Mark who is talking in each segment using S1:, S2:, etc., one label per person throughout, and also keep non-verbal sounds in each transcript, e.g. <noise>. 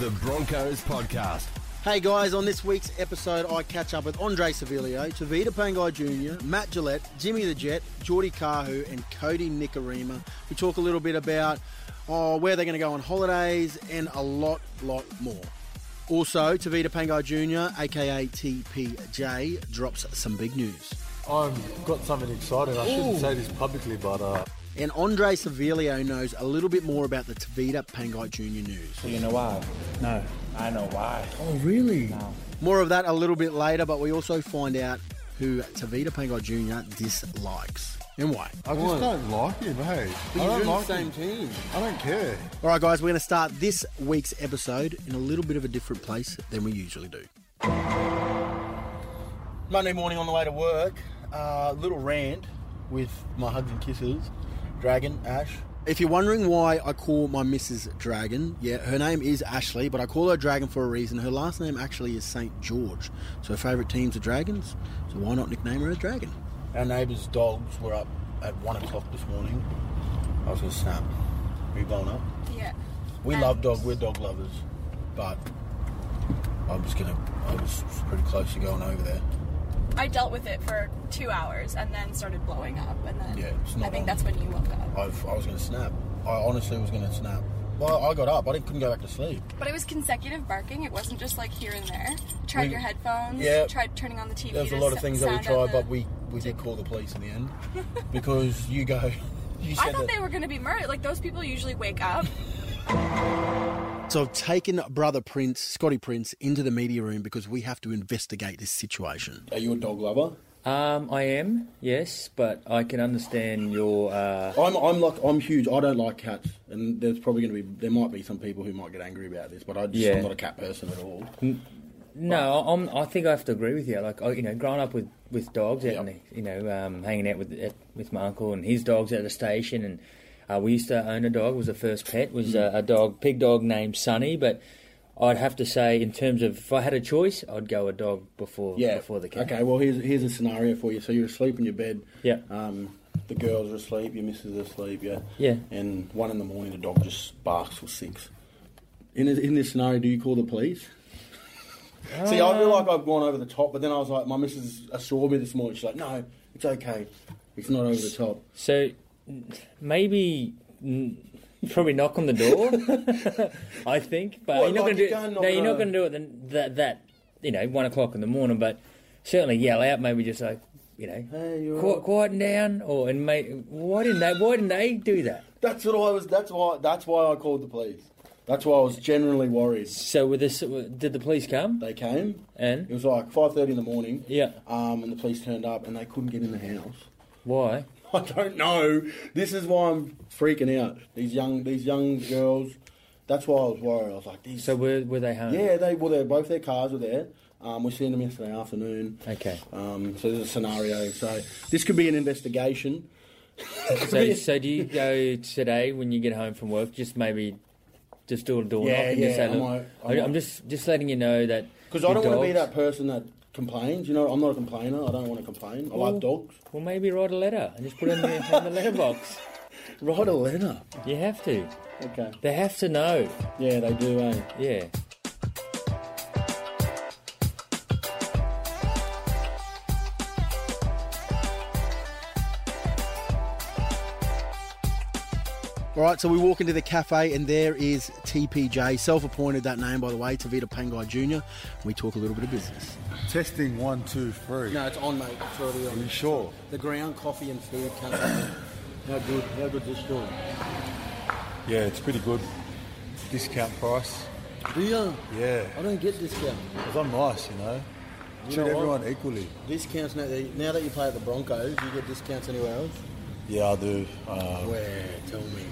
S1: The Broncos Podcast.
S2: Hey guys, on this week's episode, I catch up with Andre Sevilio, Tavita Pangai Jr., Matt Gillette, Jimmy the Jet, Geordie Kahu, and Cody Nicarima. We talk a little bit about oh, where they're going to go on holidays and a lot, lot more. Also, Tavita Pangai Jr., aka TPJ, drops some big news.
S3: I've got something exciting. I shouldn't say this publicly, but uh,
S2: And Andre Sevilio knows a little bit more about the Tavita Pangai Jr. news.
S4: You know why? No. I know why.
S2: More of that a little bit later, but we also find out who Tavita Pangai Jr. dislikes and why.
S3: I just don't like him, hey. I don't like him.
S2: team.
S3: I don't care.
S2: All right, guys, we're going to start this week's episode in a little bit of a different place than we usually do. Monday morning on the way to work, uh, little rant with my hugs and kisses, Dragon, Ash. If you're wondering why I call my Mrs. Dragon, yeah, her name is Ashley, but I call her Dragon for a reason. Her last name actually is St. George, so her favourite teams are Dragons, so why not nickname her as Dragon? Our neighbours' dogs were up at one o'clock this morning. I was going to snap. Are you going up?
S5: Yeah.
S2: We
S5: And-
S2: love dog. We're dog lovers, but I was gonna. I was pretty close to going over there.
S5: I dealt with it for two hours and then started blowing up, and then
S2: Yeah, it's not
S5: I think
S2: on.
S5: that's when you woke up.
S2: I've, I was gonna snap. I honestly was gonna snap. Well, I got up. I didn't, couldn't go back to sleep.
S5: But it was consecutive barking. It wasn't just like here and there. Tried
S2: We-
S5: your headphones.
S2: yeah.
S5: Tried turning on the TV.
S2: There was a
S5: to
S2: lot of
S5: s-
S2: things that we
S5: sound out
S2: tried,
S5: the-
S2: but we we did call the police in the
S5: <laughs>
S2: end because you go. <laughs> You
S5: I
S2: said
S5: thought
S2: that.
S5: they were going to be murdered. Like those people usually
S2: <laughs>
S5: wake up.
S2: So I've taken brother Prince, Scotty Prince, into the media room because we have to investigate this situation. Are you a dog lover?
S6: Um, I am, yes, but I can understand your. Uh,
S2: I'm, I'm like I'm huge. I don't like cats, and there's probably going to be there might be some people who might get angry about this, but I just,
S6: Yeah.
S2: I'm not a cat person at all.
S6: no, I'm, I think I have to agree with you. Like, I, you know, growing up with, with dogs, out and,
S2: Yep.
S6: you know, um, hanging out with at, with my uncle and his dogs at the station, and uh, we used to own a dog. Was the first pet was uh, a dog, pig dog named Sunny. But I'd have to say, in terms of if I had a choice, I'd go a dog before before the cat.
S2: Okay, well here's here's a scenario for you. So you're asleep in your bed.
S6: Yeah.
S2: Um, the girls are asleep. Your missus is asleep. Yeah.
S6: Yeah.
S2: And one in the morning, the dog just barks or sinks. In this, in this scenario, do you call the police? <laughs> See, I feel like I've gone over the top, but then I was like, my missus saw me this morning. She's like, no, it's okay. It's not over the top.
S6: So n- maybe n- probably knock on the
S2: <laughs>
S6: door. I think, but
S2: What,
S6: you're not
S2: like
S6: going to
S2: you
S6: do.
S2: go
S6: it-
S2: and
S6: No,
S2: knock
S6: you're
S2: on
S6: not
S2: a-
S6: going to do it then, that that you know one o'clock in the morning. But certainly yell out. Maybe just like you know,
S2: Hey, you're
S6: "Qui-
S2: right."
S6: quieten down. Or and mate, why didn't they? Why didn't they do that?
S2: That's what I was. That's why. That's why I called the police. That's why I was generally worried.
S6: So with this, did the police come?
S2: They came. It
S6: And
S2: was like five thirty in the morning.
S6: Yeah.
S2: Um, and the police turned up, and they couldn't get in the house. <laughs>
S6: why?
S2: I don't know. This is why I'm freaking out. These young, these young girls. That's why I was worried. I was like, these.
S6: So were were they home?
S2: yeah, they well, they're both their cars were there. Um, we seen them yesterday afternoon.
S6: Okay.
S2: Um, so there's a scenario. So this could be an investigation. <laughs>
S6: So so do you go today when you get home from work? Just maybe. Just do a door
S2: Yeah,
S6: knock and just
S2: yeah,
S6: say,
S2: I
S6: look,
S2: might- I
S6: I-
S2: might.
S6: I'm just just letting you know that
S2: Because I
S6: your
S2: don't want to be
S6: dogs-
S2: that person that complains. You know, I'm not a complainer. I don't want to complain. I like dogs.
S6: Well, maybe write a letter and just put it in the, in the letterbox.
S2: Write a letter.
S6: You have to.
S2: Okay.
S6: They have to know.
S2: Yeah, they do, eh?
S6: Yeah.
S2: All right, so we walk into the cafe, and there is TPJ, self appointed that name, by the way, Tavita Pangai Jr. We talk a little bit of business.
S3: Testing one, two, three.
S2: No, it's on, mate. It's already
S3: Are you
S2: on.
S3: sure?
S2: The ground coffee and food cafe. How good? How good this store?
S3: Yeah, it's pretty good. Discount price.
S2: Do you?
S3: Yeah.
S2: I don't get discount.
S3: Because I'm nice, you know.
S2: You
S3: Treat
S2: know what?
S3: everyone equally.
S2: Discounts now that, now that you play at the Broncos, you get discounts anywhere else?
S3: Yeah, I do. Uh,
S2: Where? Tell me.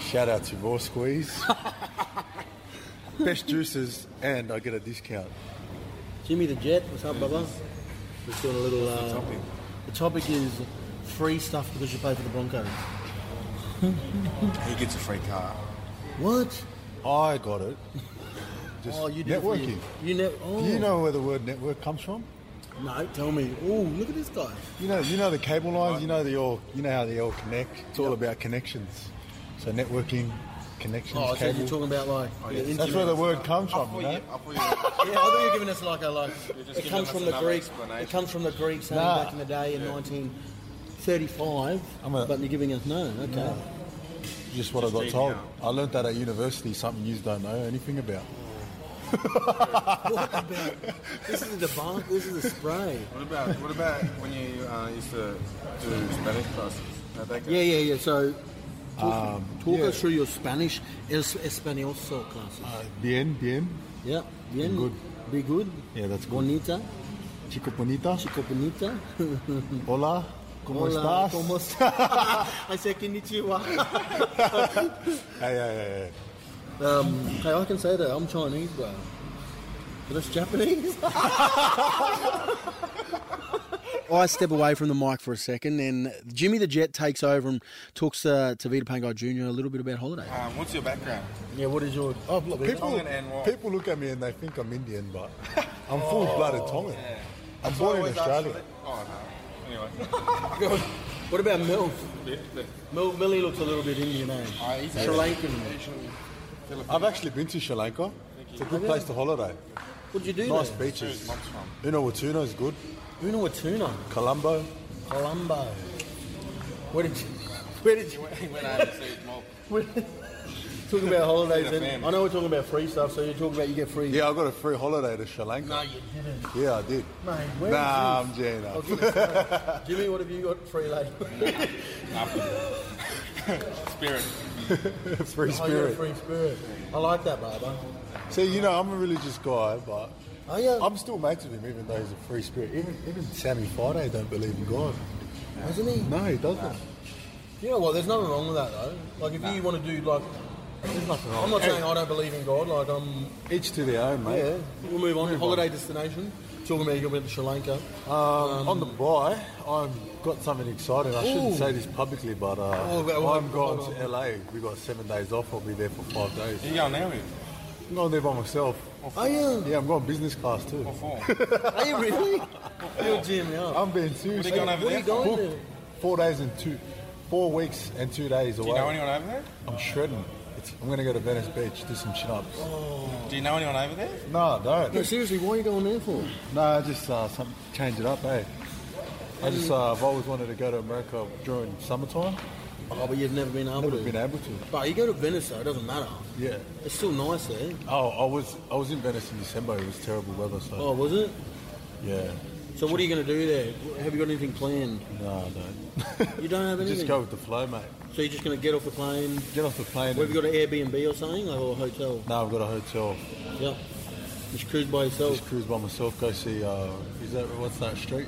S3: shout out to Raw <laughs> Squeeze. Best juices, and I get a discount.
S2: Jimmy the Jet, what's up, Bubba? We're doing a little. Uh,
S3: topic?
S2: The topic is free stuff because you play for the Broncos.
S3: He gets a free car.
S2: What?
S3: I got it. Just
S2: Oh, you do it for
S3: networking.
S2: You, you ne- oh.
S3: Do you know where the word network comes from?
S2: No, tell me. Oh, look at this guy.
S3: You know, you know the cable lines. You know they all. You know how they all connect. It's all about connections. So networking, connections.
S2: Oh, I thought you were
S3: cable.
S2: talking Oh, about like.
S3: Oh, That's where the word comes from, you know?
S2: Yeah, I thought you were giving us like a like. It
S7: giving
S2: comes
S7: us
S2: from the
S7: another
S2: Greeks. It
S7: explanation.
S2: comes from the Greeks saying
S3: Nah.
S2: back in the day in 1935.
S3: I'm a-
S2: but you're giving us no. Okay.
S3: Just what I got
S7: dig
S3: told.
S7: out.
S3: I learnt that at university, something you don't know anything about.
S2: What about this is the debunk. This is the spray.
S7: What about what about when you uh, used to do Spanish classes? How'd that go?
S2: Yeah, yeah, yeah. So. Talk, talk
S3: Um, yeah.
S2: us through your Spanish, es, español classes.
S3: Uh, bien, bien.
S2: yeah, bien,
S3: good.
S2: be good.
S3: Yeah, that's good.
S2: Bonita,
S3: Chico bonita.
S2: chico bonita.
S3: Hola. ¿Cómo
S2: Hola,
S3: estás?
S2: <laughs> ¿cómo estás? <laughs> I said konnichiwa. <laughs>
S3: Hey, hey, hey, hey.
S2: Um, hey, I can say that I'm Chinese, bro. But it's <laughs> Japanese. Oh, I step away from the mic for a second, and Jimmy the Jet takes over and talks uh, to Vita Pangai Jr. a little bit about holiday.
S7: Um, what's your background?
S2: Yeah, what is your? Oh, look,
S3: People,
S7: Tongan and what?
S3: people look at me and they think I'm Indian, but <laughs> I'm full-blooded Tongan. I'm born in
S7: Always ask
S3: Australia.
S7: you- Oh no. Anyway,
S2: What about Mel?
S7: <laughs>
S2: Mel Millie looks a little bit Indian, eh? Sri Lankan.
S3: I've actually been to Sri Lanka. It's a good place to holiday.
S2: What'd you do
S3: Nice
S2: there?
S3: beaches. Uno Watuna is good.
S2: Uno Watuna,
S3: Colombo.
S2: Colombo. Where did you? Where did you?
S7: he went out and said, "Well,
S2: Talking about holidays,
S7: the
S2: and
S7: family.
S2: I know we're talking about free stuff. So you're talking about you get free.
S3: Yeah, I got a free holiday to Sri Lanka.
S2: No, you didn't.
S3: Yeah, I did.
S2: Mate, where is
S3: Nah, I'm
S2: this?
S3: Jan.
S2: I'll give it a try. Jimmy, what have you got free <laughs> Oh, later?
S7: Spirit."
S3: <laughs> Free
S2: Oh, you're a
S3: spirit.
S2: free spirit. I like that, Barbara.
S3: See, you know, I'm a religious guy, but
S2: Oh, yeah.
S3: I'm still mates with him, even though he's a free spirit. Even even Sammy Friday don't believe in God.
S2: Isn't he?
S3: No, he doesn't.
S2: You know what? There's nothing wrong with that, though. Like, if you want to do, like, there's nothing wrong. I'm not saying I don't believe in God. Like, I'm,
S3: Each to their own, mate.
S2: yeah. We'll move on. Holiday destination. Talking about you going to Sri Lanka.
S3: Um, on the buy, I've got something exciting. I shouldn't
S2: Ooh.
S3: say this publicly, but uh,
S2: Oh, well, well,
S3: I'm going
S2: well,
S3: to LA. We got seven days off. I'll be there for five days.
S7: You going now?
S3: I'm going there by myself.
S2: Are you?
S3: Yeah, I'm going business class too.
S2: Are you really? You're Jimmy, yeah.
S3: I'm being serious.
S7: What are you going over
S2: Where are you
S7: there?
S2: going
S3: Booked
S2: to?
S3: four days and two, four weeks and two days away.
S7: Do you know anyone over there?
S3: I'm shredding. It's, I'm going to go to Venice Beach, do some chin-ups.
S7: Do you know anyone over there?
S3: No, I don't.
S2: No, seriously, why are you going there for?
S3: No, just uh, some change it up, eh? I just uh, I've always wanted to go to America during summertime.
S2: Oh, but you've never been able
S3: Never
S2: to.
S3: been able to.
S2: But you go to Venice, though. It doesn't matter.
S3: Yeah.
S2: It's still nice there.
S3: Oh, I was I was in Venice in December. It was terrible weather, so
S2: Oh, was it?
S3: yeah.
S2: So what are you going to do there? Have you got anything planned?
S3: No, no.
S2: You don't
S7: <laughs>
S2: have anything.
S3: just go with the flow, mate.
S2: So you're just going to get off the plane?
S3: Get off the plane.
S2: Where have
S3: and-
S2: you got an Airbnb or something, like, or a hotel?
S3: No, I've got a hotel.
S2: Yep. Just cruise by yourself.
S3: Just cruise by myself. Go see. Uh, is that what's that street?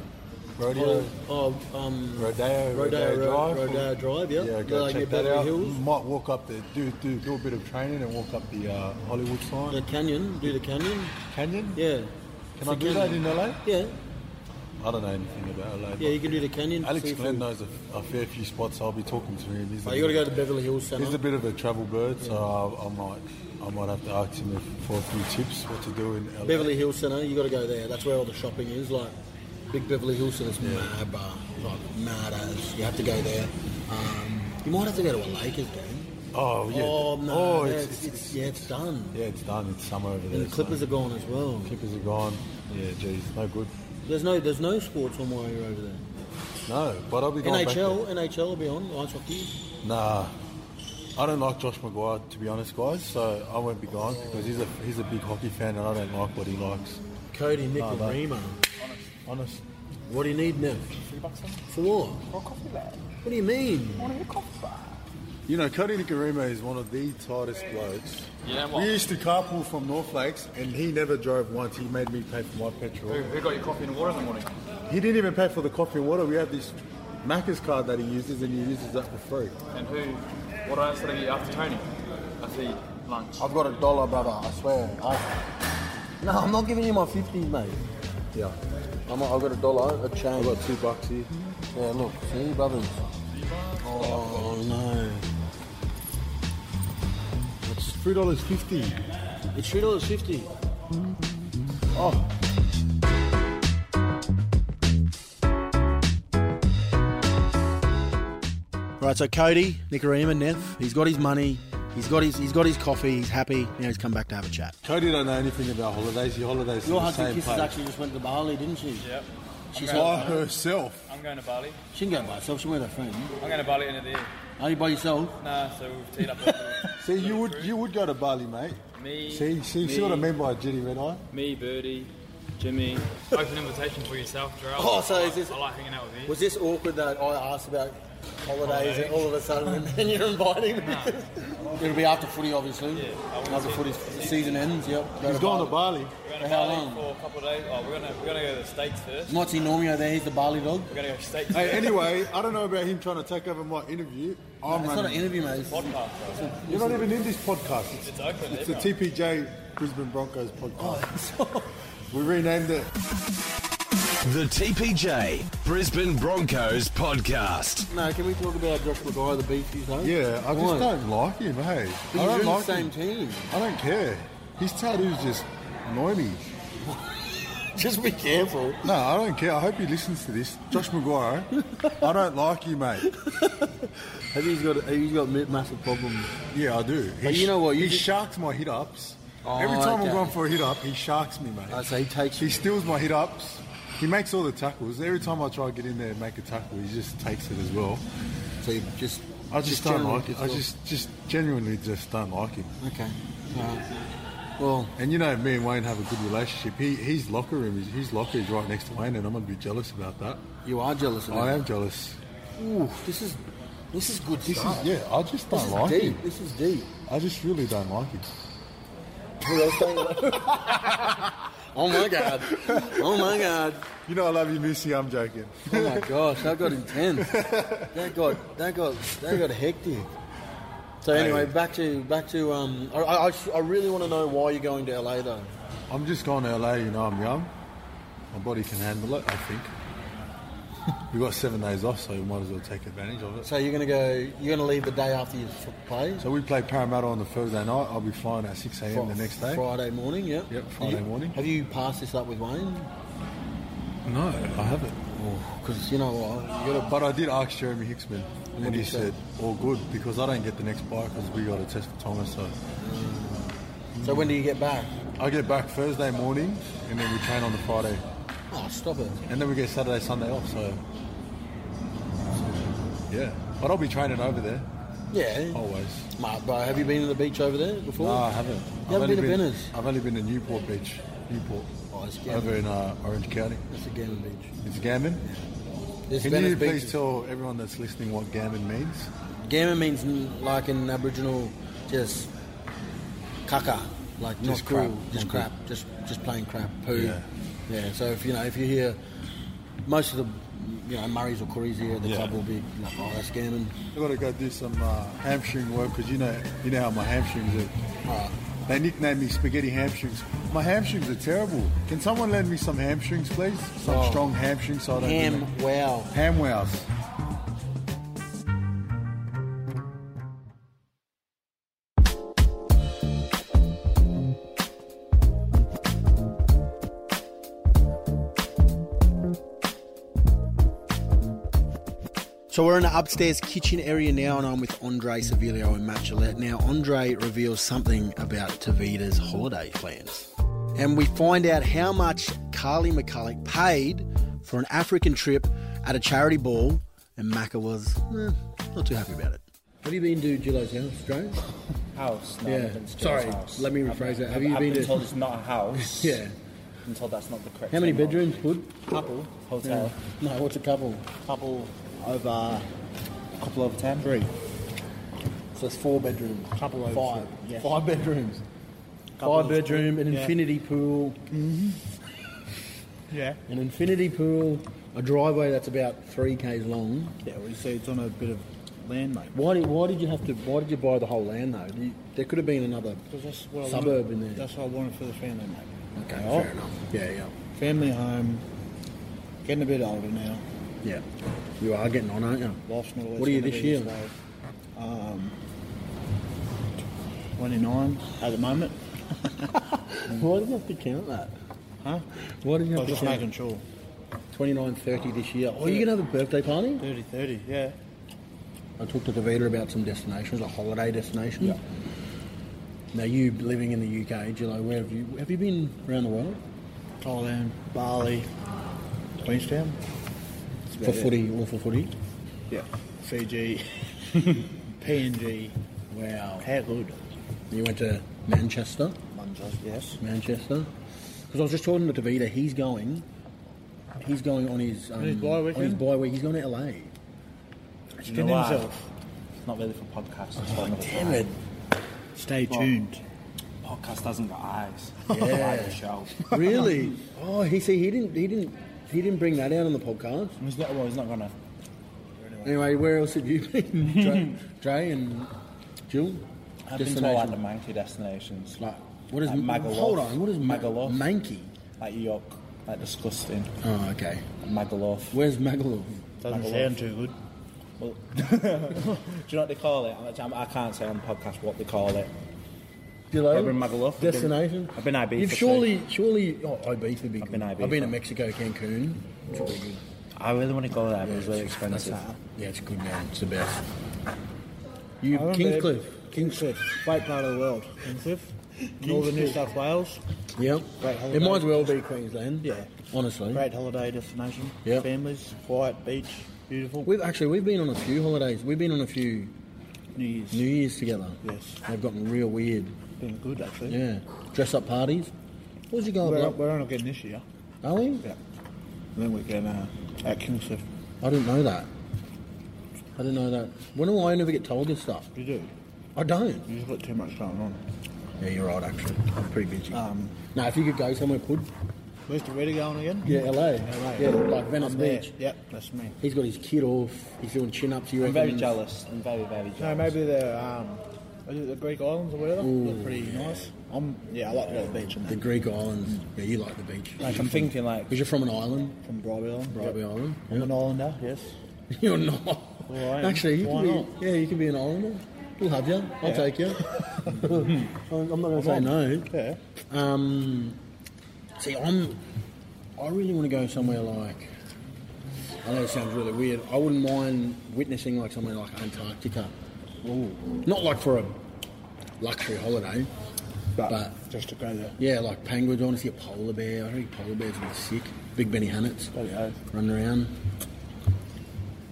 S3: Rodeo.
S2: Oh, oh, um,
S3: Rodeo,
S2: Rodeo, Ro-
S3: Drive.
S2: Rodeo Drive, yeah.
S3: Yeah,
S2: Yeah,
S3: go
S2: like near
S3: check that
S2: Beverly
S3: out.
S2: Hills.
S3: Might walk up there, do, do do a bit of training and walk up the uh, Hollywood sign.
S2: the canyon. Do the canyon.
S3: Canyon?
S2: Yeah.
S3: Can I do that in LA?
S2: Yeah.
S3: I don't know anything about LA.
S2: Yeah, you can do the canyon.
S3: Alex
S2: seafood.
S3: Glenn knows a, a fair few spots. I'll be talking to him. He's a
S2: Oh, you got to
S3: bit-
S2: go to Beverly Hills Center.
S3: He's a bit of a travel bird, so I, I might I might have to ask him if, for a few tips what to do in LA.
S2: Beverly Hills Center. You got to go there. That's where all the shopping is. Like big Beverly Hills Center's mad, bro. Like mad as. You have to go there. Um, you might have to go to a Lakers game.
S3: Oh yeah.
S2: Oh no,
S3: Oh,
S2: yeah,
S3: it's,
S2: it's, it's- yeah, it's done.
S3: yeah, it's done. It's summer over there.
S2: And the Clippers
S3: so.
S2: are gone as well.
S3: Clippers are gone. Yeah, geez, no good.
S2: There's no, there's no sports on while you're over there.
S3: No, but I'll be going Oh, back
S2: NHL,
S3: there.
S2: NHL will be on ice hockey.
S3: Nah, I don't like Josh Maguire to be honest, guys. So I won't be gone because he's a he's a big hockey fan and I don't like what he likes.
S2: Cody, Nick,
S3: No,
S2: and
S3: no.
S2: Remo.
S3: Honest.
S2: What do you need now? For what? What do you mean?
S3: You know, Cody Nicarima is one of the tightest blokes.
S7: Yeah,
S3: we used to carpool from North Lakes, and he never drove once. He made me pay for my petrol.
S7: Who got your coffee and water in the morning?
S3: He didn't even pay for the coffee and water. We have this Macca's card that he uses, and he uses that for free.
S8: And who? What else did I get after Tony? I feed lunch.
S3: I've got a dollar, brother. I swear.
S2: No, I'm not giving you my 50s, mate.
S3: yeah,
S2: I'm, I've got a dollar, a
S3: I
S2: change.
S3: got two bucks here.
S2: Yeah, look, see, brothers. Oh, no.
S3: It's three dollars fifty.
S2: It's $3.50.
S3: Oh,
S2: Right, so Cody, Nicarima, Neff, he's got his money. He's got his he's got his coffee. He's happy. Now he's come back to have a chat.
S3: Cody don't know anything about holidays. Your holidays
S2: Your
S3: are the
S2: husband
S3: same
S2: Kisses
S3: place.
S2: actually just went to Bali, didn't she?
S9: Yep.
S2: She's
S9: I'm going
S2: by
S9: to Bali.
S2: herself.
S9: I'm going to Bali.
S2: She can go by herself. She went with her friend.
S9: I'm going to Bali end of the year.
S2: Are you by yourself?
S9: Nah, so we've teed up.
S8: <laughs>
S9: a little-
S3: See, you would you would go to Bali, mate.
S9: Me,
S3: See, see, see
S9: me.
S3: what I mean by Jitty Red Eye.
S9: Me, Birdie, Jimmy. Open invitation for yourself, Gerald.
S2: Oh, so
S9: I
S2: is
S9: like-
S2: this-
S9: I like hanging out with you.
S2: Was this awkward that I asked about holidays and all of a sudden and then you're inviting me? It'll be after footy, obviously. Yeah, after footy season ends, yep. Go
S3: He's going to Bali.
S9: We're going
S2: For
S9: to
S2: how
S9: Bali
S2: long?
S9: for a couple of days. Oh, we're going to, we're going to go to the States first.
S2: Mozzie Normio there, he's the Bali dog.
S9: We're going to go to the States
S3: Hey,
S9: first.
S3: anyway, I don't know about him trying to take over my interview. I'm
S2: it's not an
S3: running.
S2: interview, mate. It's-
S9: Podcast, bro.
S3: You're not even in this podcast. It's,
S9: It's open.
S3: it's the
S9: everyone.
S3: TPJ Brisbane Broncos podcast. <laughs> we renamed it.
S1: The TPJ Brisbane Broncos podcast.
S2: No, can we talk about Josh Maguire, the beef though?
S3: Yeah, I just don't like him, hey.
S2: But
S3: I
S2: you're
S3: don't
S2: in the
S3: like
S2: same
S3: him.
S2: team.
S3: I don't care. His tattoos just annoy me.
S2: <laughs> Just be careful.
S3: No, I don't care. I hope he listens to this. Josh
S2: <laughs>
S3: Maguire, I don't like you, mate.
S2: Have you got have you got mi- massive problems?
S3: Yeah, I do. He
S2: But you know what, you
S3: he
S2: just-
S3: sharks my hit ups.
S2: Oh,
S3: Every time
S2: okay.
S3: I'm going for a hit up, he sharks me, mate.
S2: I say he takes
S3: He steals my hit ups. He makes all the tackles. Every time I try to get in there and make a tackle, he just takes it as well.
S2: so you just
S3: I just, don't
S2: generally
S3: like it. I
S2: talk.
S3: just, just genuinely just don't like him.
S2: Okay. Alright. Well,
S3: And you know, me and Wayne have a good relationship. He, his locker room, is, his locker is right next to Wayne, and I'm gonna be jealous about that.
S2: you are jealous of
S3: I
S2: him.
S3: am jealous.
S2: Ooh, this is this is good
S3: This
S2: stuff.
S3: is yeah. I just
S2: This
S3: don't
S2: is
S3: like
S2: deep.
S3: him.
S2: This is <laughs> deep.
S3: I just really don't like him.
S2: Oh my god. Oh my god.
S3: You know, I love you, Missy. I'm joking.
S2: Oh my gosh, that got intense. That got that got that got hectic. So anyway,
S3: Hey.
S2: back to back to um. I, I, I sh- I really want to know why you're going to LA though.
S3: I'm just going to LA. You know, I'm young. My body can handle it. I think. <laughs> We got seven days off, so we might as well take advantage of it.
S2: So you're gonna go. You're gonna leave the day after you f- play.
S3: So we play Parramatta on the Thursday night. I'll be flying at 6 a.m. the
S2: Fri-
S3: next day.
S2: Friday morning. Yeah.
S3: Yep, Friday morning.
S2: Have you passed this up with Wayne?
S3: No, I haven't.
S2: Because you know what.
S3: You gotta- But I did ask Jeremy Hicksman,
S2: What
S3: and
S2: did
S3: he
S2: he say?
S3: said, "All good," because I don't get the next bike because we got a test for Thomas. So
S2: So when do you get back?
S3: I get back Thursday morning, and then we train on the Friday,
S2: Oh, stop it.
S3: and then we get Saturday, Sunday off. So yeah, but I'll be training over there
S2: Yeah.
S3: always.
S2: Mate, bro, have you been to the beach over there before?
S3: Oh. No, I haven't.
S2: You haven't
S3: only
S2: been to Benner's?
S3: I've only been to Newport Beach, Newport,
S2: Oh, it's Gammon.
S3: over in uh, Orange County.
S2: That's a Gammon beach.
S3: It's Gammon.
S2: There's
S3: Can
S2: Venice
S3: you please
S2: beaches.
S3: tell everyone that's listening what Gammon means?
S2: Gammon means mm, like an Aboriginal, just caca, like
S3: Just
S2: not cool,
S3: crap.
S2: just
S3: Not
S2: crap, just just plain crap, poo.
S3: Yeah.
S2: Yeah. So if you know, if you hear most of the, you know, Murrays or Currys here, the
S3: Yeah.
S2: club will be like, oh, that's Gammon.
S3: I gotta go do some uh, hamstring work because you know you know how my hamstrings are. Uh, they nicknamed me spaghetti hamstrings. My hamstrings are terrible. Can someone lend me some hamstrings, please? Some
S2: Oh.
S3: strong hamstrings so I don't. do
S2: Ham,
S3: that.
S2: wow.
S3: Ham wows.
S2: So we're in the upstairs kitchen area now, and I'm with Andre Sevilio and Matt Gillette. Now, Andre reveals something about Tavita's holiday plans. And we find out how much Carly McCulloch paid for an African trip at a charity ball, and Macca was eh, not too happy about it. Have you been to Gillo's house, Dre?
S4: House. No,
S2: Yeah.
S4: I haven't been to
S2: Sorry,
S4: Joe's house.
S2: let me
S4: I've-
S2: rephrase that. Have
S4: I've-
S2: you
S4: I've
S2: been to-
S4: told it's not a
S2: <laughs>
S4: house.
S2: Yeah.
S4: I've been told that's not the correct.
S2: How many
S4: terminology.
S2: bedrooms, Bud?
S4: Couple. Hotel.
S2: No, what's a couple?
S4: Couple over. Couple over ten. Three.
S2: So it's four bedrooms.
S4: Couple over
S2: Five.
S4: three, yeah.
S2: Five bedrooms.
S4: Couple
S2: Five
S4: over
S2: bedroom, an
S4: three, yeah. Mm-hmm.
S2: infinity pool.
S4: Yeah.
S2: an infinity pool, a driveway that's about three k's long.
S4: Yeah. Well, you see, it's on a bit of land, mate.
S2: Why did why did you have to? Why did you buy the whole land though? You- there could have been another.
S4: Because that's what I
S2: Suburb
S4: wanted-
S2: in there.
S4: That's what I wanted for the family, mate.
S2: Okay,
S4: Oh.
S2: fair enough. Yeah, yeah,
S4: Family home. Getting a bit older now.
S2: yeah. You are getting on, aren't you?
S4: Life's not always
S2: What are you
S4: gonna
S2: this
S4: be
S2: year?
S4: this way. Um, 29 at the moment.
S2: Why did you have to count that?
S4: Mm-hmm. Huh?
S2: Why did you
S4: I
S2: have
S4: was just
S2: to
S4: making
S2: count?
S4: sure.
S2: 29, 30 this year. Oh, you gonna have a birthday party?
S4: 30, 30, yeah.
S2: I talked to Davida about some destinations, like holiday destinations. Now, you living in the UK, Gillo, where have you have you been around the world?
S4: Thailand, Bali, Queenstown. That's
S2: For
S4: about it.
S2: footy or for footy?
S4: Yeah. Fiji, <laughs> PNG. Wow. How good.
S2: You went to Manchester?
S4: Manchester, yes.
S2: Manchester? Because I was just talking to Davida, he's going. He's going on his um,
S4: his bye
S2: on his
S4: weekend?
S2: bye week. He's going to LA.
S4: You
S2: Skin
S4: know what?
S2: himself.
S4: It's not really for podcasts. It's
S2: Oh,
S4: not for
S2: damn
S4: that.
S2: it! Stay
S4: Well, <laughs>
S2: tuned.
S4: Podcast doesn't got <laughs> eyes.
S2: Yeah.
S4: Like the show.
S2: really? Oh, he see he didn't he didn't he didn't bring that out on the podcast.
S4: <laughs> He's not, well, he's not gonna.
S2: Anyway, where else have you <laughs> been, Dre, Dre and Jill?
S4: I've been to like the monkey destinations.
S2: Like, what is
S4: like Magaluf,
S2: Hold on, what is Ma-
S4: Magaluf?
S2: Mankey?
S4: Like York, like disgusting.
S2: Oh, okay.
S4: Magaluf.
S2: Where's Magaluf?
S4: Doesn't sound too good. Well, <laughs> do you know what they call it? I'm- I'm- I can't say on the podcast what they call it.
S2: Gillo?
S4: I've been Magaluf. I've been-
S2: Destination?
S4: I've been Ibiza
S2: You've
S4: too.
S2: surely, surely, oh, Ibiza would be good.
S4: I've been
S2: I've been
S4: Ibiza.
S2: to Mexico, Cancun. It's really good.
S4: I really want to go there, but it's really
S2: That's- that's
S4: expensive.
S2: that. Yeah, it's good, man. It's the best. You,
S4: I remember-
S2: Kingscliff.
S4: Kingscliff, great part of the world. Kingscliff, northern New South Wales,
S2: Yep.
S4: Great
S2: It
S4: holiday.
S2: might as well be Queensland.
S4: Yeah.
S2: Honestly.
S4: great holiday destination.
S2: Yeah.
S4: Families, quiet beach, beautiful.
S2: We've actually we've been on a few holidays. We've been on a few
S4: New Year's.
S2: New Year's together.
S4: Yes.
S2: They've gotten real weird.
S4: Been good actually.
S2: Yeah. Dress up parties. Where'd you go
S4: We're,
S2: up?
S4: we're on again this year.
S2: Are we?
S4: Yeah. And then we can uh, at Kingscliff.
S2: I didn't know that. I didn't know that. When do I never get told this stuff?
S4: You do.
S2: I don't.
S4: You just got too much going on.
S2: Yeah, you're right. Actually, I'm pretty busy.
S4: Um,
S2: no, if you could go somewhere, could
S4: Where's the weather going again?
S2: yeah, LA, yeah, like Venice
S4: I'm there.
S2: Beach.
S4: Yep, that's me.
S2: He's got his kid off. He's doing chin ups. You
S4: I'm
S2: reckon?
S4: very jealous. I'm very, very jealous.
S10: No, maybe the um, is it the Greek islands or whatever.
S4: Look pretty nice. I'm yeah, I like to go to the beach and
S2: The
S4: that.
S2: Greek islands. Yeah, you like the beach.
S4: Like I'm thinking like
S2: Because you're from an island,
S4: from Bribey Island.
S2: Bribey
S4: Yep.
S2: Island.
S4: I'm an islander, yes.
S2: <laughs> You're not.
S4: Well, I am.
S2: Actually, you
S4: Why
S2: can
S4: not?
S2: be, yeah, you can be an islander. We'll have you. I'll
S4: Yeah.
S2: take
S4: <laughs>
S2: you. I'm I'm not going to say no.
S4: Yeah.
S2: Um, see, I'm. I really want to go somewhere like. I know it sounds really weird. I wouldn't mind witnessing like somewhere like Antarctica. Not like for a luxury holiday,
S4: But,
S2: But-
S4: just to go there.
S2: yeah, like penguins. I want to see a polar bear. I think polar bears would be sick. Big Benny Hunnets
S4: Bloody hell.
S2: running around.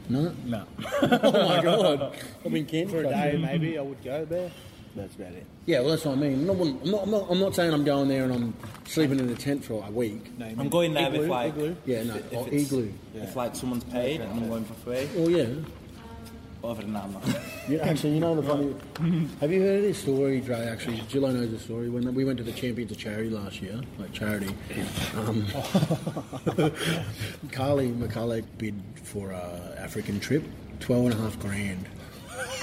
S2: No.
S4: No.
S2: <laughs> oh my god! I mean, Ken.
S10: For a
S2: <laughs>
S10: day, maybe I would go there.
S4: That's about it.
S2: Yeah, well, that's what I mean. I'm not, I'm not, I'm not, I'm not saying I'm going there and I'm sleeping in a tent for a week.
S4: No, you
S10: I'm
S4: mean
S10: going there with,
S4: igloo,
S10: like-
S4: igloo.
S2: Yeah, no,
S4: If
S2: or
S4: it's-
S2: igloo.
S4: If like someone's paid and I'm going for free,
S2: Oh yeah.
S4: other than that, I'm not.
S2: You, actually, you know the funny. have you heard of this story, Dre? Actually, Gillo knows the story. When we went to the Champions of Charity last year, like charity, um, <laughs> Carly McCulloch bid for a African trip, twelve and a half grand.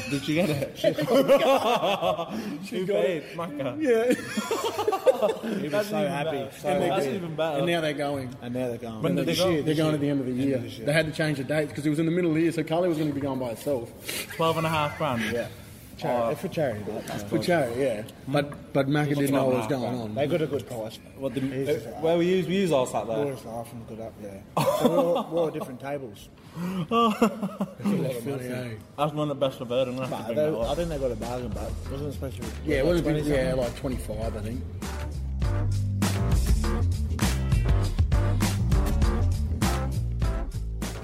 S4: Did you get it? She, <laughs> she got it. <laughs>
S10: Mucker.
S2: Yeah.
S4: He was so happy. So
S10: And they
S4: happy.
S10: did. even better.
S2: And now they're going.
S4: And now they're gone.
S10: When did they go?
S2: They're going at the end of the year. They had to change the dates because it was in the middle of the year, so Carly was going to be going by herself.
S10: Twelve and a half grand. Yeah.
S4: Oh,
S10: for charity. but that's
S2: For charity, uh, yeah. But but Macca didn't know what was going on.
S10: They got a good price.
S4: Well, the,
S10: He's just like,
S4: where we use we use all sat there.
S10: Laura's laughing good up there. So we're, all, we're all different
S2: <laughs>
S10: tables.
S4: That's one of the best I've heard. I'm gonna have
S10: But
S4: to bring
S10: they,
S4: that
S10: I
S4: up.
S10: think they got a bargain, but wasn't it supposed to be.
S2: Yeah, it would have been
S10: 20
S2: yeah,
S10: something?
S2: like 25, I think.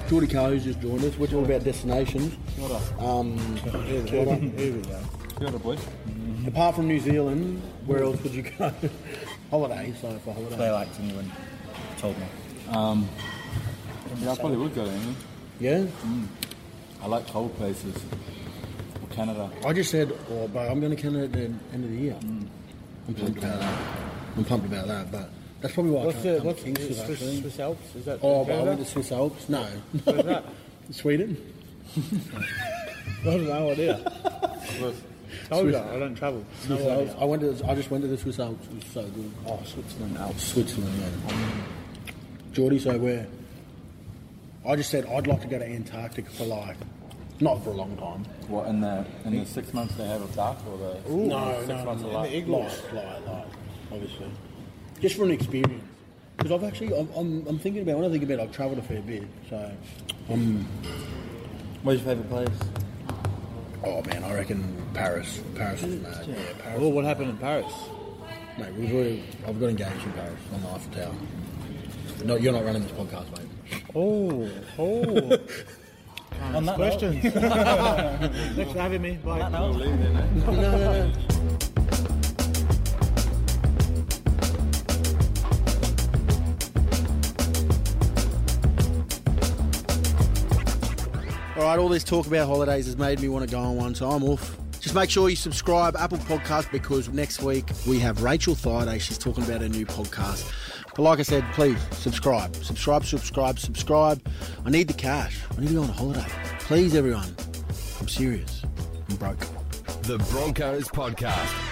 S2: Geordie Coe's just joined us. We're talking about destinations. Um,
S10: Here we go.
S2: apart from New Zealand, where else would you go? <laughs> holiday, so for
S4: They
S2: holiday.
S4: liked England. Told me.
S7: Yeah, I probably would go to England.
S2: Yeah?
S7: I like cold places. Or Canada.
S2: I just said, oh, but I'm going to count it at the end of the year.
S10: Mm.
S2: I'm pumped about that. I'm pumped about that, but that's probably why I
S10: What's
S2: can't
S10: the
S2: come
S10: what's
S2: to Kingsford,
S10: the
S2: actually.
S10: Swiss, Swiss Alps? Is that?
S2: Oh, but I
S10: Canada?
S2: went to Swiss Alps? No.
S10: Where's that?
S2: <laughs> Sweden?
S10: <laughs> I have no idea. Told you, I don't travel. No
S2: Swiss Alps.
S10: idea.
S2: I went to. I just went to the Swiss Alps. It was so good.
S4: Oh, Switzerland. Alps.
S2: Switzerland, yeah. Geordie, so where? I just said I'd like to go to Antarctica for like, not for a long time.
S7: What, in the, in the six months they have of dark or the
S2: no,
S7: six
S2: no,
S7: months
S2: no,
S7: of
S2: no.
S7: light?
S2: Like, like, like, obviously, just for an experience. Because I've actually, I'm, I'm, I'm thinking about. When I think about, it, I've travelled a fair bit, so
S4: Where's your favourite place?
S2: I Oh man, I reckon Paris. Paris is mad. Yeah, Paris.
S10: Well, what happened in Paris?
S2: Mate, we've already, I've got engaged in Paris on the Eiffel Tower. No, you're not running this podcast, mate.
S10: Oh, oh.
S4: <laughs> On that
S10: questions.
S4: note.
S10: Thanks for having me. Bye. <laughs>
S2: All right, all this talk about holidays has made me want to go on one, so I'm off. Just make sure you subscribe Apple Podcast because next week we have Rachel Thaiday. She's talking about her new podcast. But like I said, please subscribe, subscribe, subscribe, subscribe. I need the cash. I need to go on a holiday. Please, everyone. I'm serious. I'm broke.
S1: The Broncos Podcast.